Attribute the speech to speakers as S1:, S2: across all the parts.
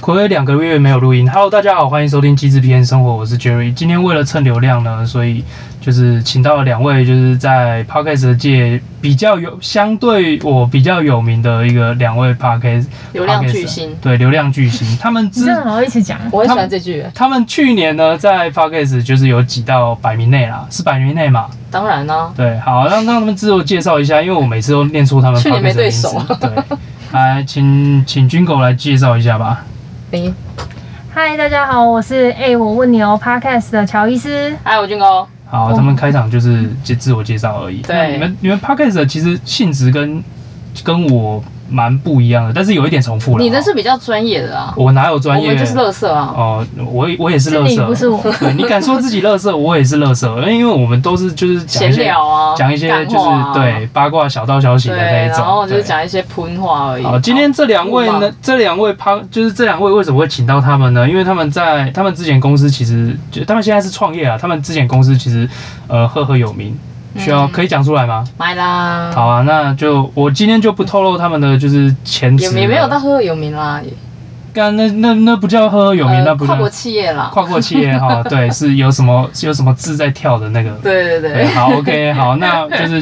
S1: 暌违两个月没有录音。Hello，大家好，欢迎收听《机智偏生活》，我是 Jerry。今天为了蹭流量呢，所以就是请到了两位就是在 podcast 界比较有相对我比较有名的一个两位 podcast
S2: 流量巨星
S1: podcaster 对流量巨星， 他们
S3: 你
S1: 之
S3: 真的好会一起讲，
S2: 我很喜欢这句，
S1: 他们去年呢在 podcast 就是有挤到百名内啦，是百名内嘛？
S2: 当然啊啦、
S1: 对，好，让让他们自我介绍一下，因为我每次都念出他们 p
S2: 去
S1: o
S2: 年
S1: d
S2: 没
S1: c 的
S2: 对
S1: 名字
S2: 手。
S1: 对，来，请请军狗来介绍一下吧。
S2: 你，
S3: 嗨，大家好，我是哎、我问你哦，Podcast 的乔医师。
S2: 哎，我军哥，
S1: 好，
S3: 哦
S1: 他们开场就是介自我介绍而已。
S2: 对
S1: 那你们你们 podcast 其实性质跟跟我蛮不一样的，但是有一点重复了。
S2: 你的
S1: 哦
S2: 是比较专业的啊，
S1: 我哪有专
S2: 我
S1: 业
S2: 们？就是乐色啊。
S1: 哦，我也我也是
S3: 是
S1: 乐
S3: 你
S1: 色，
S3: 不是我
S1: 对你敢说自己乐 色，我也是乐色，因为我们都是就是讲一
S2: 闲
S1: 些
S2: 聊啊，
S1: 讲一些
S2: 干
S1: 就是
S2: 话啊
S1: 对八卦小道消息的
S2: 对，
S1: 那一种。
S2: 然后就
S1: 对
S2: 是讲一些喷话而已。
S1: 好，今天这两位
S2: 好
S1: 呢，这两位趴就是这两位为什么会请到他们呢？因为他们在他们之前公司其实就他们现在是创业啊，他们之前公司其实呃赫赫有名，需要、
S2: 嗯
S1: 可以讲出来吗？
S2: 买啦，
S1: 好啊，那就我今天就不透露他们的就是前
S2: 也
S1: 职了，
S2: 也没有到赫赫有名啦，
S1: 干那那那不叫赫赫有名，
S2: 呃
S1: 那不叫
S2: 跨国企业啦。
S1: 跨国企业哈，对，是有什么有什么字在跳的那个。
S2: 对对
S1: 对，
S2: 对，
S1: 好，OK，好，那 就是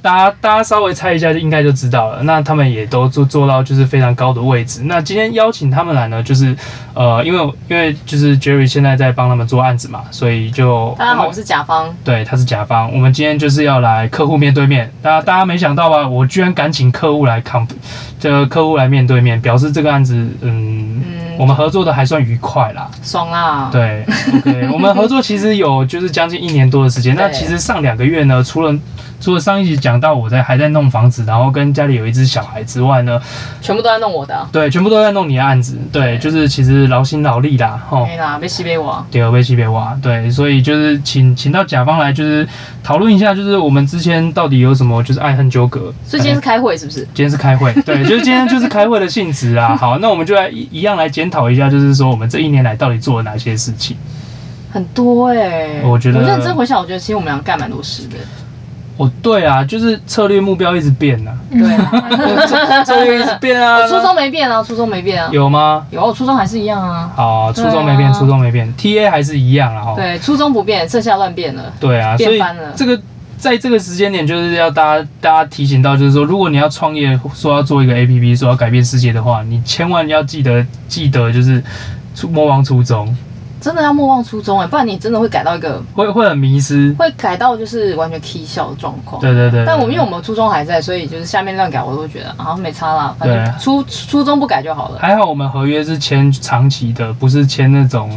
S1: 大家大家稍微猜一下，就应该就知道了。那他们也都做做到就是非常高的位置。那今天邀请他们来呢，就是呃，因为因为就是 Jerry 现在在帮他们做案子嘛，所以就
S2: 大家好，我是甲方。
S1: 对，他是甲方。我们今天就是要来客户面对面，大家大家没想到吧？我居然敢请客户来 com 这个客户来面对面，表示这个案子，嗯，
S2: 嗯
S1: 我们合作的还算愉快啦。
S2: 爽啦！
S1: 对，OK，我们合作其实有就是将近一年多的时间。那
S2: 对
S1: 其实上两个月呢，除了除了上一集讲到我在还在弄房子，然后跟家里有一只小孩之外呢，
S2: 全部都在弄我的啊，
S1: 对，全部都在弄你的案子。对，
S2: 对
S1: 就是其实劳心劳力啦，吼。
S2: 没哎啦，被西被我。啊
S1: 第二被西别挖，对，所以就是请请到甲方来，就是讨论一下，就是我们之前到底有什么就是爱恨纠葛。
S2: 所以今天是开会是不是？
S1: 今天是开会，对，就是今天就是开会的性质啊。好，那我们就来一一样来检讨一下，就是说我们这一年来到底做了哪些事情。
S2: 很多哎，
S1: 我觉得
S2: 我认真回想，我觉得其实我们俩干蛮多事的。
S1: 哦，对啊，就是策略目标一直变 呐、
S2: 对啊，
S1: 啊，策略一直变啊。
S2: 我初衷没变啊，初衷没变啊。
S1: 有吗？
S2: 有，我初衷还是一样啊。
S1: 好，初
S2: 对啊
S1: 衷没变，初衷没变，T A 还是一样啦哈。
S2: 对，初衷不变，剩下乱变了。
S1: 对啊，所
S2: 变
S1: 以
S2: 翻了
S1: 这个在这个时间点，就是要大家大家提醒到，就是说，如果你要创业，说要做一个 A P P，说要改变世界的话，你千万要记得记得就是出莫忘初衷，
S2: 真的要莫忘初衷哎、不然你真的会改到一个
S1: 会会很迷失。
S2: 会改到就是完全 k 笑的状况。
S1: 对对对
S2: 但我们因为我们初衷还在，所以就是下面乱改我都觉得啊没差啦，反
S1: 对
S2: 正初初衷不改就 好了。
S1: 还好我们合约是签长期的，不是签那种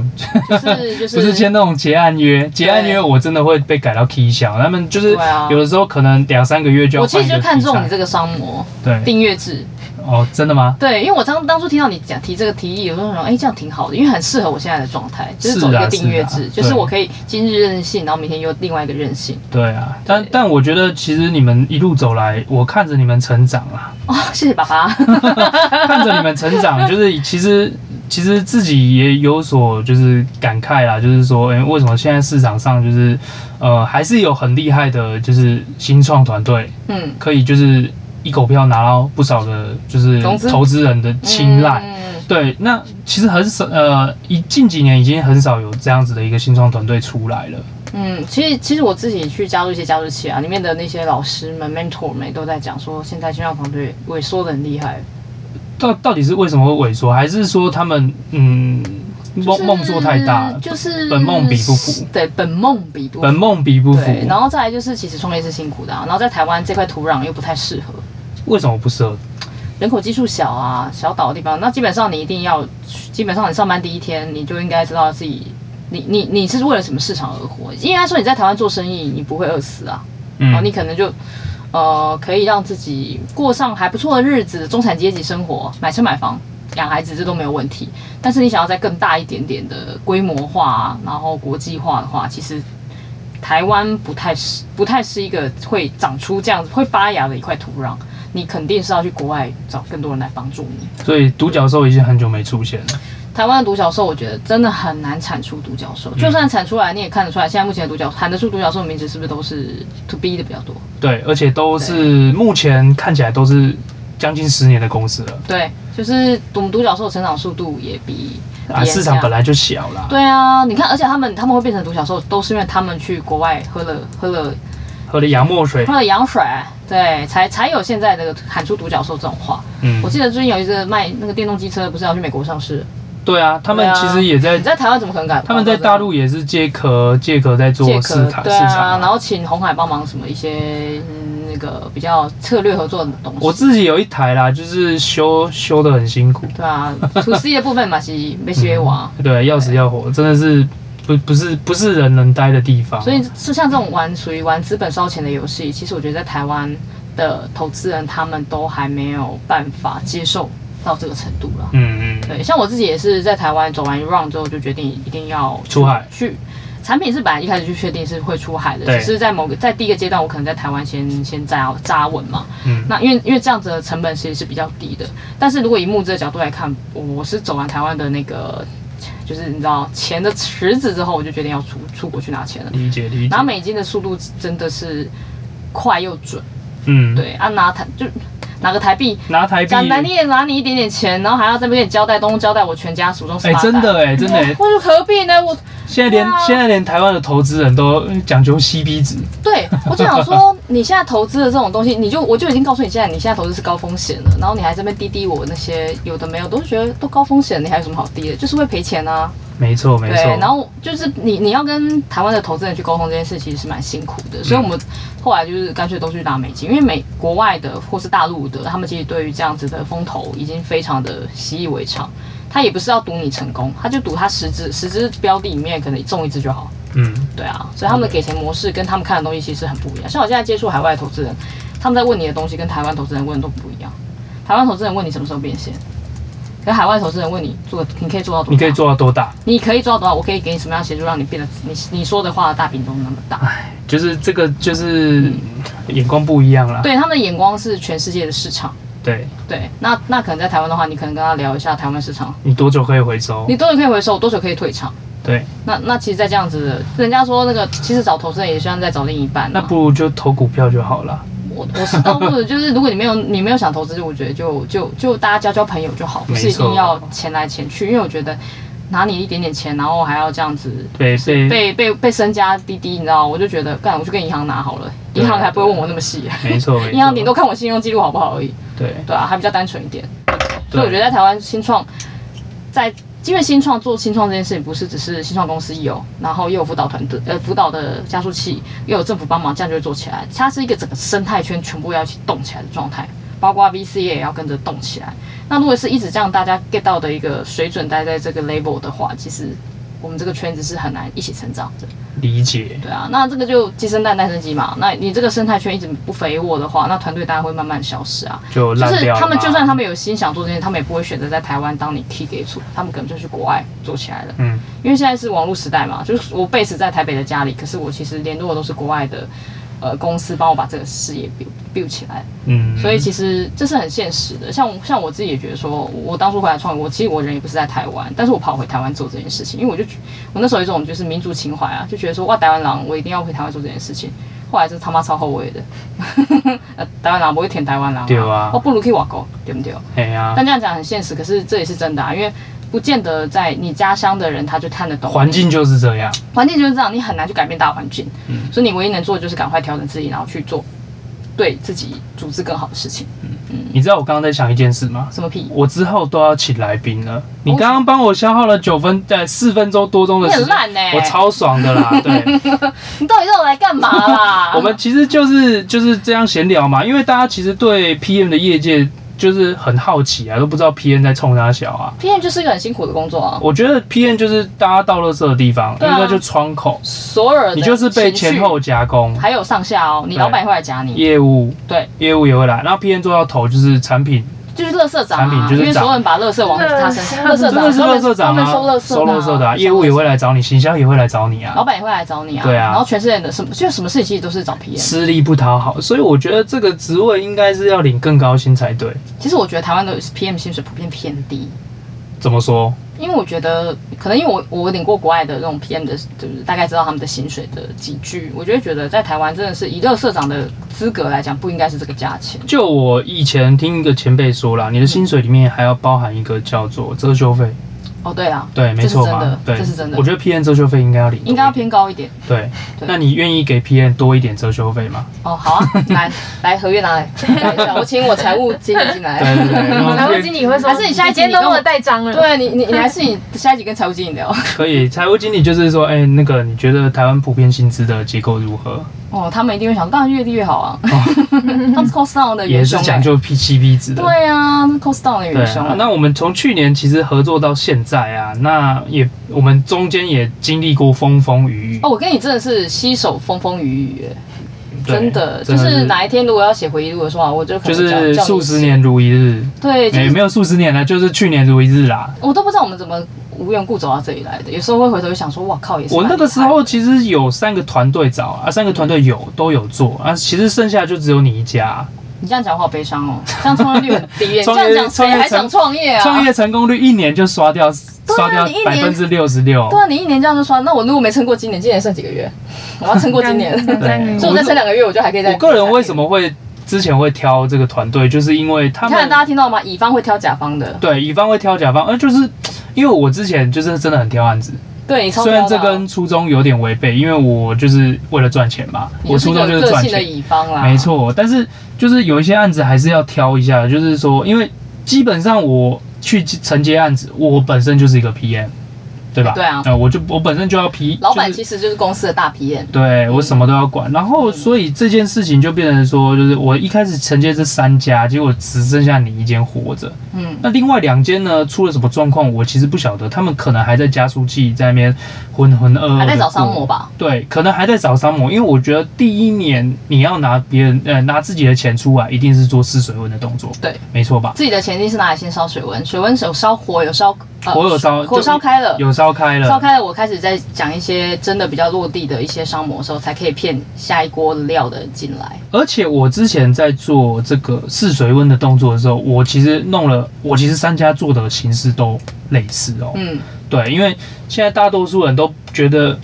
S2: 就是就是
S1: 不是签那种结案约，结案约我真的会被改到 K 小，他们就是
S2: 对啊
S1: 有的时候可能两三个月就要
S2: 我其
S1: 换一
S2: 实
S1: 个
S2: 就看中你
S1: 题
S2: 这个商模
S1: 材对
S2: 订阅制，
S1: 哦，真的吗？
S2: 对，因为我当当初听到你讲提这个提议，我就想，哎、这样挺好的，因为很适合我现在的状态，就是
S1: 是
S2: 走一
S1: 啊
S2: 个订阅
S1: 是
S2: 制，
S1: 啊
S2: 就是
S1: 对
S2: 我可以今日任性，然后明天又另外一个任性。
S1: 对啊，但
S2: 对
S1: 但我觉得其实你们一路走来，我看着你们成长 啊，
S2: 哦，谢谢爸爸。
S1: 看着你们成长，就是其实其实自己也有所就是感慨啦，就是说，哎、为什么现在市场上就是呃还是有很厉害的，就是新创团队
S2: 嗯，
S1: 可以就是一口票拿到不少的，就是
S2: 融资
S1: 投资人的青睐。
S2: 嗯
S1: 对，那其实很少，呃，一近几年已经很少有这样子的一个新创团队出来了。
S2: 嗯，其实其实我自己去加入一些加入器啊，里面的那些老师们、mentor 们都在讲说，现在新创团队萎缩的很厉害，
S1: 到到底是为什么会萎缩？还是说他们嗯
S2: 就是
S1: 梦梦做太大了，
S2: 就是
S1: 本梦比不符，
S2: 对，本梦比不符
S1: 本。梦比不符
S2: 对，？然后再来就是，其实创业是辛苦的、啊，然后在台湾这块土壤又不太适合，
S1: 为什么不适合？
S2: 人口基数小啊，小岛的地方，那基本上你一定要，基本上你上班第一天你就应该知道自己，你你你是为了什么市场而活？应该说你在台湾做生意，你不会饿死啊，然后
S1: 嗯
S2: 你，可能就呃可以让自己过上还不错的日子，中产阶级生活，买车买房。养孩子这都没有问题，但是你想要再更大一点点的规模化啊，然后国际化的话，其实台湾不太是不太是一个会长出这样子会发芽的一块土壤，你肯定是要去国外找更多人来帮助你。
S1: 所以独角兽已经很久没出现了。
S2: 台湾的独角兽，我觉得真的很难产出独角兽，就算产出来，你也看得出来，现在目前的独角喊得出独角兽的名字是不是都是 to B 的比较多？
S1: 对，而且都是目前看起来都是将近十年的公司了。
S2: 对，就是我们独角兽成长速度也比
S1: 啊，市场本来就小啦，
S2: 对啊，你看，而且他们他们会变成独角兽，都是因为他们去国外喝了喝了
S1: 喝了洋墨水
S2: 喝，了洋水，对，才才有现在这个喊出独角兽这种话。
S1: 嗯
S2: 我，记得最近有一个卖那个电动机车，不是要去美国上市？
S1: 对啊，他
S2: 对
S1: 们
S2: 啊
S1: 其实也在
S2: 你，在台湾怎么可能敢？
S1: 他们在大陆也是借壳借壳在做
S2: 借
S1: 市
S2: 壳
S1: 场市
S2: 对啊，
S1: 场
S2: 然
S1: 啊。
S2: 后请红海帮忙什么一些、嗯那个比较策略合作的东西。
S1: 我自己有一台啦，就是修修的很辛苦，
S2: 对啊， 土司的部分嘛是啊没学
S1: 嗯
S2: 完，
S1: 对，要死要活，真的是不不是不是人能待的地方。
S2: 所以是像这种玩属于玩资本烧钱的游戏，其实我觉得在台湾的投资人他们都还没有办法接受到这个程度了。
S1: 嗯嗯，
S2: 对，像我自己也是在台湾走完一 round 之后，就决定一定要
S1: 出海
S2: 去。产品是本来一开始就确定是会出海的，
S1: 对
S2: 只是在某个在第一个阶段，我可能在台湾先先扎扎稳嘛。
S1: 嗯
S2: 那因为因为这样子的成本其实是比较低的，但是如果以募资的角度来看，我是走完台湾的那个，就是你知道钱的池子之后，我就决定要出出国去拿钱了。
S1: 理解理解
S2: 拿。美金的速度真的是快又准，
S1: 嗯，，
S2: 对啊，拿台就拿个台币，
S1: 拿台币，
S2: 讲难听点拿你一点点钱，然后还要这边给你交代东交代我全家祖宗十
S1: 哎
S2: 八，代，
S1: 真的哎，真的哎
S2: 我，我就何必呢？我
S1: 现在连
S2: 对啊
S1: 现在连台湾的投资人都讲究 CP 值，
S2: 对 我就想说，你现在投资的这种东西，你就我就已经告诉你，现在你现在投资是高风险的，然后你还这边滴滴我那些有的没有，都觉得都高风险，你还有什么好滴的？就是会赔钱啊。
S1: 没错没
S2: 对
S1: 错，，
S2: 然后就是你你要跟台湾的投资人去沟通这件事，其实是蛮辛苦
S1: 嗯
S2: 的。所以我们后来就是干脆都去拿美金，因为美国外的或是大陆的，他们其实对于这样子的风投已经非常的习以为常。他也不是要赌你成功，他就赌他十只十只标的里面可能中一只就好。
S1: 嗯
S2: 对啊，所以他们的给钱模式跟他们看的东西其实很不一样。像我现在接触海外投资人，他们在问你的东西跟台湾投资人问的都不一样。台湾投资人问你什么时候变现，可海外投资人问你做你可以做到多大？
S1: 你可以做到多大？
S2: 你可以做到多少？我可以给你什么样的协助，让你变得你你说的话的大饼都那么大。
S1: 就是这个就是眼光不一样啦。
S2: 嗯对，他们的眼光是全世界的市场。
S1: 对，
S2: 对，那那可能在台湾的话，你可能跟他聊一下台湾市场，
S1: 你多久可以回收？
S2: 你多久可以回收，多久可以退场。
S1: 对，
S2: 那那其实，在这样子的，人家说那个，其实找投资人也像在找另一半、啊。
S1: 那不如就投股票就好了。
S2: 我我是倒不如就是，如果你没有你没有想投资，我觉得就就就大家交交朋友就好，不是
S1: 没
S2: 一
S1: 错
S2: 定要钱来钱去，因为我觉得拿你一点点钱，然后还要这样子
S1: 对，所以
S2: 被被被身家滴滴，你知道，我就觉得干，我去跟银行拿好了，
S1: 对啊
S2: 银行还不会问我那么细，
S1: 没错， 没
S2: 银行顶
S1: 错，
S2: 多看我信用记录好不好而已，
S1: 对，
S2: 对啊，还比较单纯一点，所
S1: 对
S2: 以我觉得在台湾新创在。因为新创做新创这件事情，不是只是新创公司有，然后又有辅导团队，呃，辅导的加速器，又有政府帮忙，这样就会做起来。它是一个整个生态圈全部要一起动起来的状态，包括 VC 也要跟着动起来。那如果是一直这样大家 get 到的一个水准待在这个 level 的话，其实我们这个圈子是很难一起成长的。
S1: 理解，
S2: 对啊，那这个就鸡生蛋，蛋生鸡嘛。那你这个生态圈一直不肥沃的话，那团队当然会慢慢消失啊。
S1: 就
S2: 就
S1: 烂
S2: 是
S1: 掉了嘛。
S2: 他们就算他们有心想做这件事，他们也不会选择在台湾当你 key 给出，他们可能就去国外做起来了。
S1: 嗯，
S2: 因为现在是网络时代嘛，就是我 base 在台北的家里，可是我其实联络的都是国外的呃公司帮我把这个事业 build build 起来。
S1: 嗯，
S2: 所以其实这是很现实的。像像我自己也觉得说，我当初回来创业，我其实我人也不是在台湾，但是我跑回台湾做这件事情，因为我就觉我那时候有一种就是民族情怀啊，就觉得说哇，台湾狼，我一定要回台湾做这件事情。后来是他妈超后悔的， 呃，台湾狼不会舔台湾狼、
S1: 对啊
S2: 我不如去外国，对不对？
S1: 哎呀
S2: 但，这样讲很现实，可是这也是真的啊，因为不见得在你家乡的人他就看得懂
S1: 环境就是这样，
S2: 环境就是这样，你很难去改变大环境，
S1: 嗯
S2: 所以你唯一能做的就是赶快调整自己，然后去做对自己组织更好的事情。
S1: 你知道我刚刚在想一件事吗？
S2: 什么屁？
S1: 我之后都要请来宾了。你刚刚帮我消耗了九分，呃，四分钟多钟的
S2: 你
S1: 时
S2: 很
S1: 间，
S2: 烂欸呢、
S1: 我！超爽的 啦。对，？
S2: 你到底让我来干嘛啦
S1: 我们其实就是就是这样闲聊嘛，因为大家其实对 PM 的业界就是很好奇啊，都不知道 PM 在冲啥小啊。
S2: PM 就是一个很辛苦的工作啊，
S1: 我觉得 PM 就是大家到垃圾的地方，
S2: 对啊
S1: 应该就窗口，
S2: 所有的
S1: 你就是被前后夹攻
S2: 情绪，还有上下哦，你
S1: 对
S2: 老板也会来夹你，
S1: 业务
S2: 对，
S1: 业务也会来，然后 PM 做到头就是产品，
S2: 就是乐色长
S1: 产品
S2: 啊，
S1: 就是
S2: 因
S1: 长
S2: 为所有人把乐色往他身上，乐 色
S1: 真
S2: 长
S1: 的是垃圾长
S2: 专门收
S1: 啊，
S2: 乐色
S1: 收垃圾的啊，业务也会来找你，行销也会来找你
S2: 老
S1: 啊，
S2: 板也会来找你啊，
S1: 对啊
S2: 然后全世界的什么就什么事情其实都是找 PM。
S1: 吃力不讨好，所以我觉得这个职位应该是要领更高薪才对。
S2: 其实我觉得台湾的 PM 薪水普遍偏低，
S1: 怎么说？
S2: 因为我觉得，可能因为我我领过国外的那种 PM 的，就是大概知道他们的薪水的几句，我就会觉得在台湾真的是以乐社长的资格来讲，不应该是这个价钱。
S1: 就我以前听一个前辈说啦，你的薪水里面还要包含一个叫做遮羞费，
S2: 哦，对啊，
S1: 对，没
S2: 这是
S1: 错
S2: 真的
S1: 吧？对，
S2: 这是真的
S1: 我觉得 PM 遮羞费应该要领多一点，
S2: 应该要偏高一点。
S1: 对。
S2: 对
S1: 那你愿意给 PM 多一点遮羞费 吗？
S2: 哦，好啊，来来合约拿来，等一下我请我财务经理
S1: 对
S2: 进
S1: 对
S2: 来。
S1: 对，然后
S3: 然后经理会说，
S2: 还是你下一集
S3: 今天都
S2: 你跟我
S3: 帮我带章了，，
S2: 对啊你，你你还是你下一集跟财务经理聊。
S1: 可以，财务经理就是说，哎、那个你觉得台湾普遍薪资的结构如何？
S2: 哦，他们一定会想，当然越低越好啊。 他们是 cost down 的
S1: 哦也
S2: 元
S1: 是
S2: 凶、
S1: 讲
S2: 欸。
S1: 究 P 七 B 值的。
S2: 对啊是，cost down 的
S1: 对
S2: 元凶、
S1: 啊，那我们从去年其实合作到现在啊，那也我们中间也经历过风风雨雨。
S2: 哦，我跟你真的是携手风风雨雨、欸。
S1: 对，
S2: 真的，就是哪一天如果要写回忆录的啊话，我就可
S1: 就
S2: 能叫
S1: 是
S2: 叫你
S1: 数十
S2: 写
S1: 年如一日，
S2: 对，就
S1: 也、
S2: 是
S1: 没有数十年了，就是去年如一日啦。
S2: 我都不知道我们怎么无缘故走到这里来的。有时候会回头就想说，哇靠，也是
S1: 我那个时候
S2: 蛮厉
S1: 其实有三个团队找啊，三个团队有都有做啊，其实剩下就只有你一家。
S2: 害的你这样讲话好悲伤哦，这样创业率很低耶，你这
S1: 创业
S2: 样讲谁
S1: 创业
S2: 还想创业啊？
S1: 创业成功率一年就刷掉，刷掉
S2: 你一
S1: 百
S2: 年
S1: 分之六十六。
S2: 对啊，你一年这样就刷，那我如果没撑过今年，今年剩几个月？我要撑过今 年，所
S3: 三
S1: 对
S3: 个月
S2: 以我再撑两个月，我就还可以再。
S1: 我个人为什？么会之前会挑这个团队，就是因为他
S2: 你看啊
S1: 们
S2: 大家听到吗？乙方会挑甲方的，
S1: 对乙方会挑甲方，呃，就是因为我之前就是真的很挑案子，
S2: 对你超
S1: 虽然
S2: 挑的
S1: 这
S2: 啊
S1: 跟初衷有点违背，因为我就是为了赚钱嘛，
S2: 你
S1: 我初
S2: 一
S1: 衷
S2: 个
S1: 就是
S2: 个
S1: 赚
S2: 性的
S1: 钱，
S2: 乙方啦，
S1: 没。错。但是就是有一些案子还是要挑一下，就是说，因为基本上我去承接案子，我本身就是一个 PM，对吧？
S2: 对啊
S1: 呃我就我本身就要 P，
S2: 老板
S1: 就是
S2: 其实就是公司的大 PM，
S1: 对我什么都要管，然后所以这件事情就变成说，就是我一开始承接这三家，结果只剩下你一间活着。
S2: 嗯，
S1: 那另外两间呢，出了什么状况，我其实不晓得，他们可能还在加速器在那边浑浑噩噩，
S2: 还在找商模。吧？
S1: 对，可能还在找商模，因为我觉得第一年你要拿别人呃拿自己的钱出来，一定是做试水温的动作，
S2: 对，
S1: 没错吧？
S2: 自己的钱一定是拿来先烧水温，水温有烧火，有烧呃
S1: 火有烧
S2: 火烧开了，
S1: 有烧开了，
S2: 呃烧开了，我开始在讲一些真的比较落地的一些商模的时候，才可以骗下一锅的料的进来。
S1: 而且我之前在做这个试水温的动作的时候，我其实弄了，我其实三家做的形式都类似哦。
S2: 嗯，
S1: 对，因为现在大多数人都觉得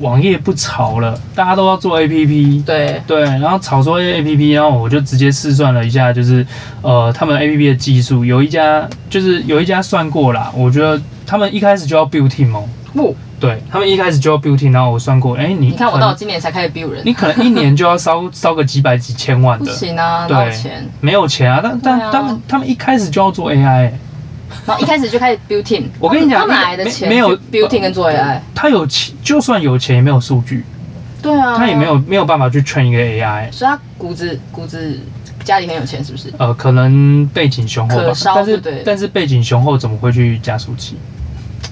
S1: 网页不潮了，大家都要做 APP。
S2: 对，
S1: 对，然后炒作 A P P，然后我就直接试算了一下，就是呃，他们 A P P 的技术，有一家就是有一家算过啦，我觉得他们一开始就要 build team 哦，
S2: 不，
S1: 对他们一开始就要 build team，然后我算过，哎，你
S2: 你看我
S1: 可能
S2: 到今年才开始 build 人，
S1: 你可能一年就要 烧烧个几百几千万
S2: 不
S1: 的，
S2: 行啊，
S1: 对
S2: 哪有钱？
S1: 没有钱啊，但
S2: 对
S1: 但
S2: 啊
S1: 他们他们一开始就要做 AI，、欸、
S2: 然后一开始就开始 build team，
S1: 我跟你讲
S2: 他们哪来的
S1: 没
S2: 钱
S1: 没有呃
S2: 去 build team 跟做 AI？
S1: 他有钱，就算有钱也没有数据，
S2: 对啊，
S1: 他也没，有没有办法去劝一个 AI，
S2: 所以他骨子骨子家里很有钱，是不是？
S1: 呃，可能背景雄厚吧
S2: 可，烧
S1: 但是
S2: 对不对
S1: 但是背景雄厚怎么会去加速器？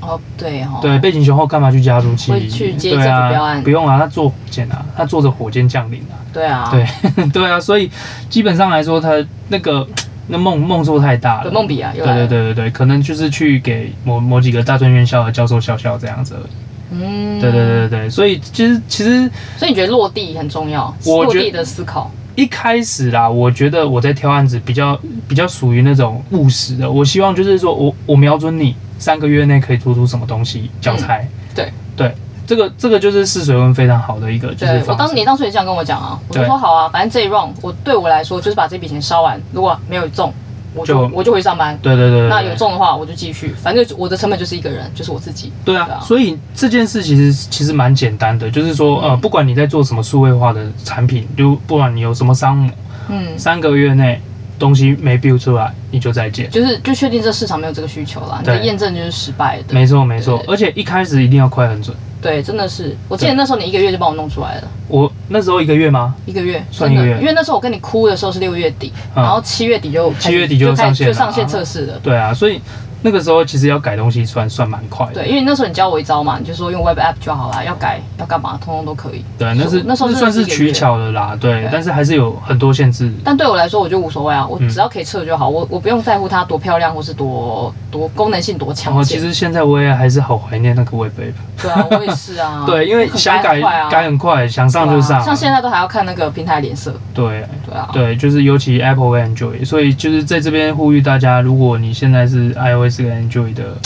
S2: 哦，对哦，
S1: 对，背景雄厚干嘛去加速器？
S2: 会去接
S1: 对
S2: 政府标
S1: 啊
S2: 案，
S1: 不用啊，他做火箭啊，他坐着火箭降临啊，
S2: 对啊，
S1: 对 对啊，所以基本上来说，他那个那梦梦做太大了
S2: 对，。梦比啊，又
S1: 对
S2: 来
S1: 对
S2: 了，
S1: 对对对，可能就是去给某某几个大专院校的教授笑笑这样子而已。
S2: 嗯，
S1: 对对对对对，所以其实其实
S2: 所以你觉得落地很重要，
S1: 我
S2: 落
S1: 觉
S2: 地的思考，
S1: 一开始啦，我觉得我在挑案子比较比较属于那种务实的，我希望就是说我我瞄准你三个月内可以做出什么东西教材。
S2: 嗯对
S1: 对，这个这个就是试水温非常好的一个就
S2: 对
S1: 是
S2: 我
S1: 方
S2: 当
S1: 式。
S2: 你当初也这样跟我讲啊，我就
S1: 对
S2: 说好啊，反正这一 round 我对我来说就是把这笔钱烧完，如果没有中，我就
S1: 就
S2: 我就回去上班。
S1: 对对对对，
S2: 那
S1: 对
S2: 有中的话，我就继续，反正我的成本就是一个人，就是我自己。
S1: 对啊，
S2: 对啊
S1: 所以这件事其实其实蛮简单的，就是说呃，不管你在做什么数位化的产品，就不管你有什么商模，
S2: 嗯，
S1: 三个月内东西没 build 出来，你就再见。
S2: 就是就确定这市场没有这个需求啦，你的
S1: 对
S2: 验证就是失败的。
S1: 没错没错，而且一开始一定要快很准。
S2: 对，真的是，我记得
S1: 对
S2: 那时候你一个月就帮我弄出来了，
S1: 我那时候一个月吗？
S2: 一个月，
S1: 算
S2: 真
S1: 一
S2: 的
S1: 个，月
S2: 因为那时候我跟你哭的时候是六月底，
S1: 嗯
S2: 然后七月底就开始
S1: 七月底就
S2: 开
S1: 上线
S2: 就
S1: 了
S2: 上线
S1: 啊
S2: 测试了。
S1: 对啊，所以那个时候其实要改东西算算蛮快的。
S2: 对，因为那时候你教我一招嘛，你就说用 Web App 就好啦，要改要干嘛，通通都可以。
S1: 对，啊那是
S2: 那时候真的
S1: 算
S2: 是
S1: 是
S2: 一个
S1: 取
S2: 月
S1: 巧的啦，对
S2: 对，
S1: 但是还是有很多限制。
S2: 但对我来说，我就无所谓啊，我
S1: 嗯
S2: 只要可以测就好，我我不用在乎它多漂亮或是多多功能性多
S1: 然
S2: 强
S1: 后哦其
S2: 健。
S1: 实现在我也还是好怀念那个 Web App，、。
S2: 对啊，我也是啊
S1: 对，因为想改
S2: 很快啊
S1: 改很快，想上就上。啊
S2: 像现在都还要看那个平台脸色。
S1: 对
S2: 对啊，
S1: 对，就是尤其 Apple 和 Android，所以就是在这边呼吁大家，如果你现在是 iOS 会是个 Android 的，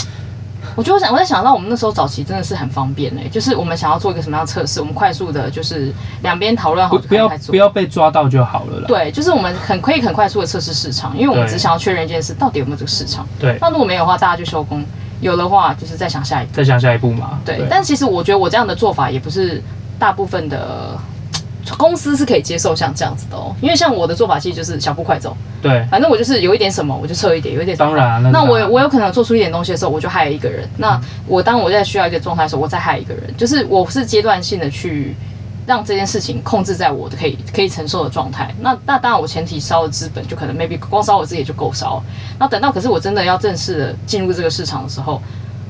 S2: 我就想，我在想到我们那时候早期真的是很方便嘞、就是我们想要做一个什么样的测试，我们快速的，就是两边讨论好
S1: 不
S2: 就
S1: 不要
S2: 开哦始做
S1: 不。要被抓到就好了啦。
S2: 对，就是我们很可以很快速的测试市场，因为我们
S1: 对
S2: 只想要确认一件事，到底有没有这个市场。
S1: 对，
S2: 那如果没有的话，大家就收工；有的话，就是再想下一步。
S1: 再想下一步嘛。
S2: 对，但其实我觉得我这样的做法也不是大部分的嘖公司是可以接受像这样子的哦，因为像我的做法其实就是小步快走，
S1: 对，
S2: 反正我就是有一点什么我就测一点，有一点什么
S1: 当然了。啊
S2: 那
S1: 当
S2: 我
S1: 然
S2: 我有可能做出一点东西的时候，我就害一个人。那我当我在需要一个状态的时候，我再害一个人，就是我是阶段性的去让这件事情控制在我的可以可以承受的状态。那那当然，我前提烧的资本就可能 maybe 光烧我自己也就够烧了。那等到可是我真的要正式的进入这个市场的时候，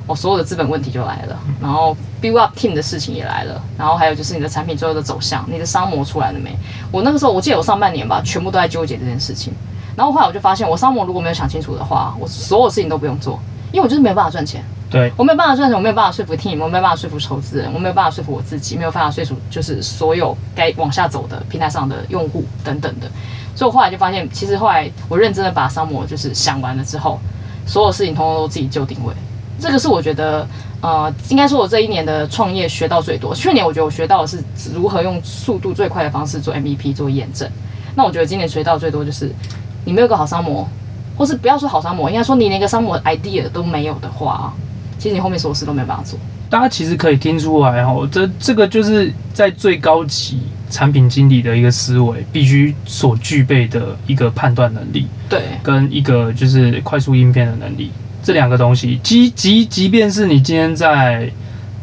S2: 我所有的资本问题就来了，然后 build up team 的事情也来了，然后还有就是你的产品最后的走向，你的商模出来了没？我那个时候我记得我上半年吧，全部都在纠结这件事情。然后后来我就发现，我商模如果没有想清楚的话，我所有事情都不用做，因为我就是没有办法赚钱，
S1: 对
S2: 我没有办法赚钱，我没有办法说服 team，我没有办法说服投资人，我没有办法说服我自己，没有办法说服就是所有该往下走的平台上的用户等等的。所以我后来就发现，其实后来我认真的把商模就是想完了之后，所有事情通通都自己就定位。这个是我觉得，呃，应该说我这一年的创业学到最多。去年我觉得我学到的是如何用速度最快的方式做 MVP 做验证。那我觉得今年学到最多就是，你没有个好商模，或是不要说好商模，应该说你连个商模 idea 都没有的话，其实你后面所有事都没办法做。
S1: 大家其实可以听出来哦，这这个就是在最高级产品经理的一个思维必须所具备的一个判断能力，
S2: 对，
S1: 跟一个就是快速应变的能力，这两个东西，即即即便是你今天在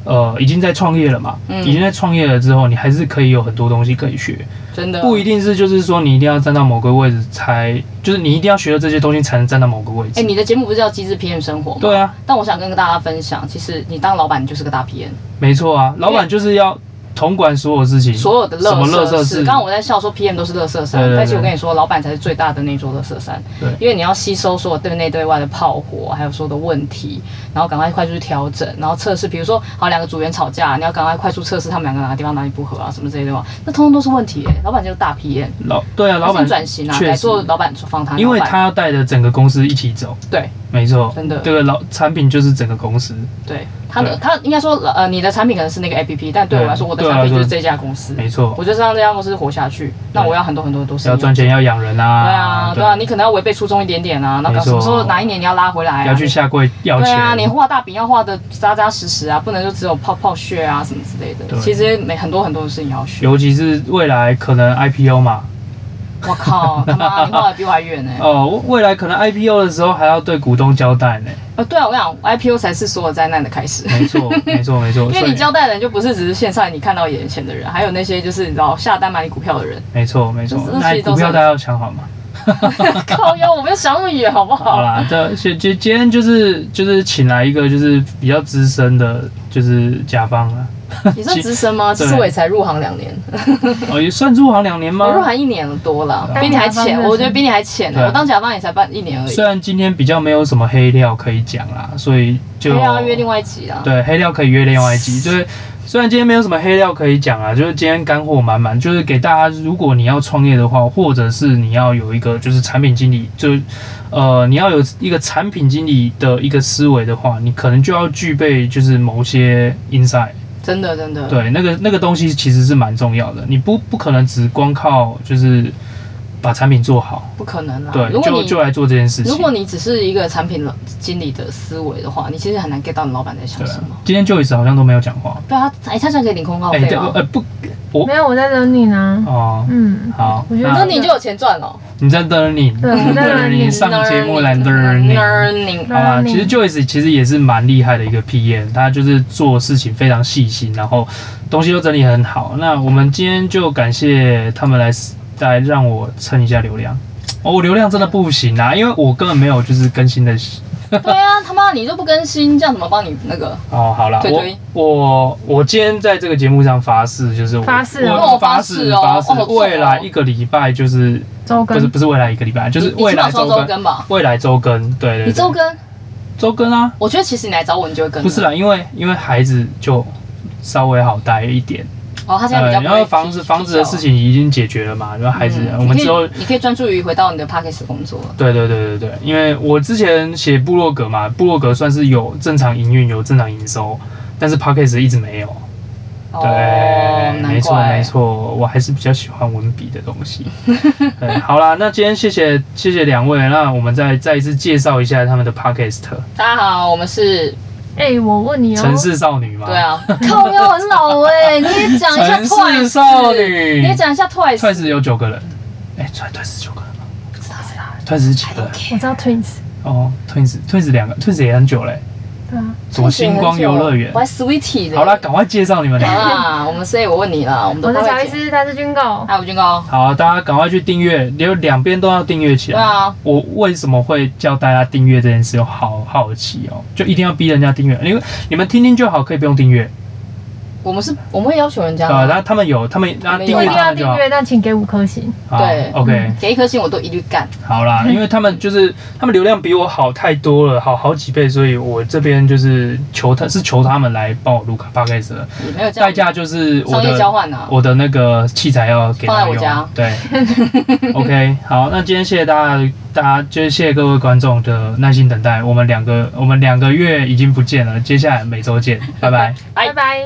S1: 呃已经在创业了嘛，
S2: 嗯
S1: 已经在创业了之后，你还是可以有很多东西可以学，
S2: 真的
S1: 不一。定是就是说你一定要站到某个位置才，就是你一定要学到这些东西才能站到某个位置。
S2: 哎、你的节目不是叫《机智 PM 生活》吗？
S1: 对啊，
S2: 但我想跟大家分享，其实你当老板，你就是个大 PM。
S1: 没错啊，老板就是要统管所有事情，
S2: 所有的
S1: 什么
S2: 垃圾
S1: 圾
S2: 事。
S1: 事，
S2: 刚刚我在笑说 PM 都是垃圾
S1: 对对
S2: 山，
S1: 对
S2: 但是我跟你说，老板才是最大的那座垃圾山
S1: 对，
S2: 因为你要吸收所有对内对外的炮火，还有所有的问题，然后赶快快速去调整，然后测试，比如说好两个组员吵架，你要赶快快速测试他们两个哪个地方哪里不合啊，什么这些对吧？那通通都是问题耶、老板就是大 PM，
S1: 老对啊，老板
S2: 先转型啊，
S1: 确
S2: 改
S1: 实
S2: 做老板访谈老板，
S1: 因为他要带着整个公司一起走，
S2: 对
S1: 没错，
S2: 真的
S1: 这个老产品就是整个公司，
S2: 对他的
S1: 对
S2: 他应该说呃你的产品可能是那个 APP，但对我来说
S1: 对
S2: 我的
S1: 对我来
S2: 产品就是
S1: 说
S2: 这家公司，
S1: 没错，
S2: 我就是让这家公司活下去，那我要很多很多很多事情
S1: 要赚钱，要养人啊，
S2: 对啊，对啊，你可能要违背初衷一点点啊，那搞
S1: 没错
S2: 什么时候哪一年你要拉回来啊？
S1: 要去下跪要
S2: 对啊，
S1: 钱，
S2: 你画大饼要画的扎扎实实啊，不能就只有泡泡血啊什么之类的。
S1: 对
S2: 其实没很多很多的事情要学。
S1: 尤其是未来可能 IPO 嘛，
S2: 我靠，他妈你画的比我还远呢、
S1: 哦，未来可能 IPO 的时候还要对股东交代呢，
S2: 哦，对啊，我跟你讲 IPO 才是所有灾难的开始。
S1: 没错，没错，没错，
S2: 因
S1: 所
S2: 为
S1: 以
S2: 你交代的人就不是只是线上你看到眼前的人，还有那些就是你知道下单买你股票的人。
S1: 没错，没错
S2: 这，这
S1: 那
S2: 其实都
S1: 股
S2: 是
S1: 票大家要想好嘛。
S2: 靠腰，我没有想那么远，好不
S1: 好
S2: 好？
S1: 啦，这今今今天就是就是请来一个就是比较资深的，就是甲方啊了，
S2: 你算资深吗？其实
S1: 对
S2: 我也才入行两年。
S1: 哦，也算入行两年吗？
S2: 我入行一年多了，
S3: 当
S2: 比你还
S3: 甲方
S2: 浅，
S3: 的
S2: 我
S3: 是
S2: 觉得比你还浅呢、
S1: 对啊
S2: 我当甲方也才办一年而已
S1: 虽。然今天比较没有什么黑料可以讲啦，所以就
S2: 可以啊，约另外一集啊。
S1: 对黑料可以约另外一集。就是虽然今天没有什么黑料可以讲啊，就是今天干货满满，就是给大家，如果你要创业的话，或者是你要有一个就是产品经理，就是呃你要有一个产品经理的一个思维的话，你可能就要具备就是某些 insight。
S2: 真的真的。
S1: 对，那个那个东西其实是蛮重要的，你不不可能只光靠就是把产品做好，
S2: 不可能啦。
S1: 对，
S2: 啊如果
S1: 就
S2: 你
S1: 就来做这件事情。
S2: 如果你只是一个产品经理的思维的话，你其实很难 get 到你老板在想
S1: 对
S2: 什
S1: 啊
S2: 么。，
S1: 今天 Joyce 好像都没有讲话。
S2: 对啊，他哎，他想给你空告
S1: 哎、
S2: 费
S1: 对，
S2: 吗？
S1: 呃，不，我
S3: 没有，我在等你呢。
S1: 哦，
S3: 嗯，
S1: 好，
S3: 我觉得
S2: 那
S1: 那
S2: 你就有钱赚了。
S1: 你在 learning，
S3: 对我在 learning，
S1: 上节目来 learning。
S2: learning，
S1: 好啦，
S3: learning
S1: 其实 Joyce 其实也是蛮厉害的一个 PM，他就是做事情非常细心，然后东西都整理很好。那我们今天就感谢他们来来让我蹭一下流量。哦，我流量真的不行啊，因为我根本没有就是更新的习
S2: 对啊，他妈你都不更新，这样怎么帮你那个？
S1: 哦，好啦，
S2: 推推
S1: 我我我今天在这个节目上发誓，就是我
S3: 发誓哦
S1: 我
S2: 哦
S1: 发
S2: 发
S1: 誓
S2: 誓哦
S1: 发誓
S2: 哦好重哦
S1: 未来一个礼拜就是
S3: 周
S1: 不是
S3: 更
S1: 不是未来一个礼拜，就是
S2: 你你
S1: 未
S2: 起码
S1: 来
S2: 说
S1: 周
S2: 周
S1: 更，
S2: 更吧。
S1: 未来周更，对对对，
S2: 你周更，
S1: 周更啊，
S2: 我觉得其实你来找我，你就会更。
S1: 不是啦，因为因为孩子就稍微好带一点，
S2: 哦，他现在
S1: 呃
S2: 比较，不
S1: 然
S2: 会
S1: 后房
S2: 计
S1: 子房子的事，情已经解决了嘛，然后孩
S2: 计较
S1: 子
S2: 嗯
S1: 我们
S2: 你可以
S1: 之后
S2: 你可以专注于回到你的 p a c k a g e 工作了。
S1: 对对对对对，因为我之前写部落格嘛，部落格算是有正常营运、有正常营收，但是 p a c k a g e 一直没有。
S2: 哦
S1: 对，，没
S2: 难
S1: 错
S2: 怪
S1: 没。错，我还是比较喜欢文笔的东 西。对，好啦，那今天谢谢谢谢两位，那我们再再一次介绍一下他们的 podcast《
S2: 大家好，我们是，
S3: 哎、我问你哦，
S1: 城市少女》嘛。
S2: 对，啊，
S3: 靠腰很老哎、
S2: 欸你也讲一下
S1: 城市
S2: Twice，
S1: 少女
S2: 你也讲一下 Twice，
S1: t w 有九个人，哎、t w i c e 是九个人吗
S2: 不知道哎不知道
S1: ？Twice 是几个人？
S3: 我知道 Twins，
S1: 哦，Twins，Twins 两个，Twins 也很久嘞、
S3: 对啊，
S1: 什么星光游乐园
S2: 我？还 Sweetie 的。
S1: 好啦，赶快介绍你们两个。
S2: 啊，我们所以我问你了，我们
S3: 我
S2: 的
S3: 是
S2: 八
S3: 乔
S2: 位
S3: 伊
S2: 姐，
S3: 斯，他是军狗，
S2: 还有军哥，
S1: 好，啊大家赶快去订阅，有两边都要订阅起来。
S2: 对啊，
S1: 我为什么会叫大家订阅这件事，我好好奇哦，就一定要逼人家订阅，
S2: 啊
S1: 因为你们听听就好，可以不用订阅。
S2: 我们是我们会要求人家
S1: 对吧？然
S2: 的，
S1: 后他们有，他们然后
S2: 没
S1: 订
S2: 啊
S1: 阅
S2: 有
S3: 不一定
S1: 他
S3: 要
S1: 们就
S3: 订
S1: 好。
S3: 阅，但请给五颗星。
S1: 好
S2: 对
S1: ，OK，
S2: 给一颗星我都一律干。
S1: 好啦，因为他们就是他们流量比我好太多了，好好几倍，所以我这边就是求他是求他们来帮我录卡 p o d c 的，
S2: 也没有这样
S1: 代价就是我
S2: 商业
S1: 的
S2: 交换啊，
S1: 我的那个器材要给他
S2: 放在我
S1: 用
S2: 家。
S1: 对 ，OK，好，那今天谢谢大家，大家就是谢谢各位观众的耐心等待。我们两个，我们两个月已经不见了，接下来每周见，拜拜。
S2: 哎
S3: 拜拜。